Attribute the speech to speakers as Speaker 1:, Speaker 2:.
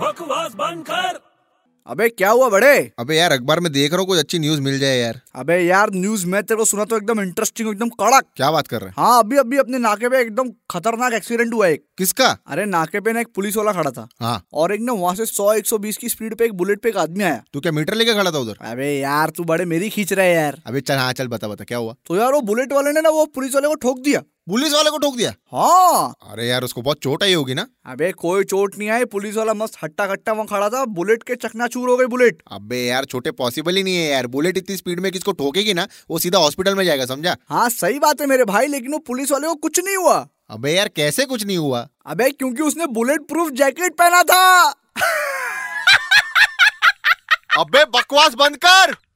Speaker 1: बकवास बंद कर
Speaker 2: अबे क्या हुआ बड़े
Speaker 3: अबे यार अखबार में देख रहा हूँ कुछ अच्छी न्यूज मिल जाए यार
Speaker 2: अबे यार न्यूज में तेरे को सुना तो एकदम इंटरेस्टिंग एकदम कड़क
Speaker 3: क्या बात कर रहे हैं
Speaker 2: हाँ अभी अभी अपने नाके पे एकदम खतरनाक एक्सीडेंट हुआ एक
Speaker 3: किसका
Speaker 2: अरे नाके पे ना एक पुलिस वाला खड़ा था
Speaker 3: हाँ
Speaker 2: और एक ना वहां से 100 120 की स्पीड पे एक बुलेट पे एक आदमी आया
Speaker 3: तू क्या मीटर लेके खड़ा था उधर
Speaker 2: अबे यार तू बड़े मेरी खींच रहे है यार
Speaker 3: अबे चल हाँ चल बता बता क्या हुआ
Speaker 2: तो यार वो बुलेट वाले ने ना वो पुलिस वाले को ठोक दिया
Speaker 3: पुलिस वाले को ठोक दिया
Speaker 2: हाँ
Speaker 3: अरे यार उसको बहुत चोट आई होगी ना
Speaker 2: अबे कोई चोट नहीं आई पुलिस वाला मस्त हट्टा कट्टा वहां खड़ा था बुलेट के चकनाचूर हो गई बुलेट
Speaker 3: अबे यार छोटे पॉसिबल ही नहीं है यार बुलेट इतनी स्पीड में किसको ठोकेगी ना वो सीधा हॉस्पिटल में जाएगा समझा
Speaker 2: हाँ सही बात है मेरे भाई लेकिन वो पुलिस वाले को कुछ नहीं हुआ
Speaker 3: अबे यार कैसे कुछ नहीं हुआ
Speaker 2: अबे क्योंकि उसने बुलेट प्रूफ जैकेट पहना था
Speaker 3: अबे बकवास बंद कर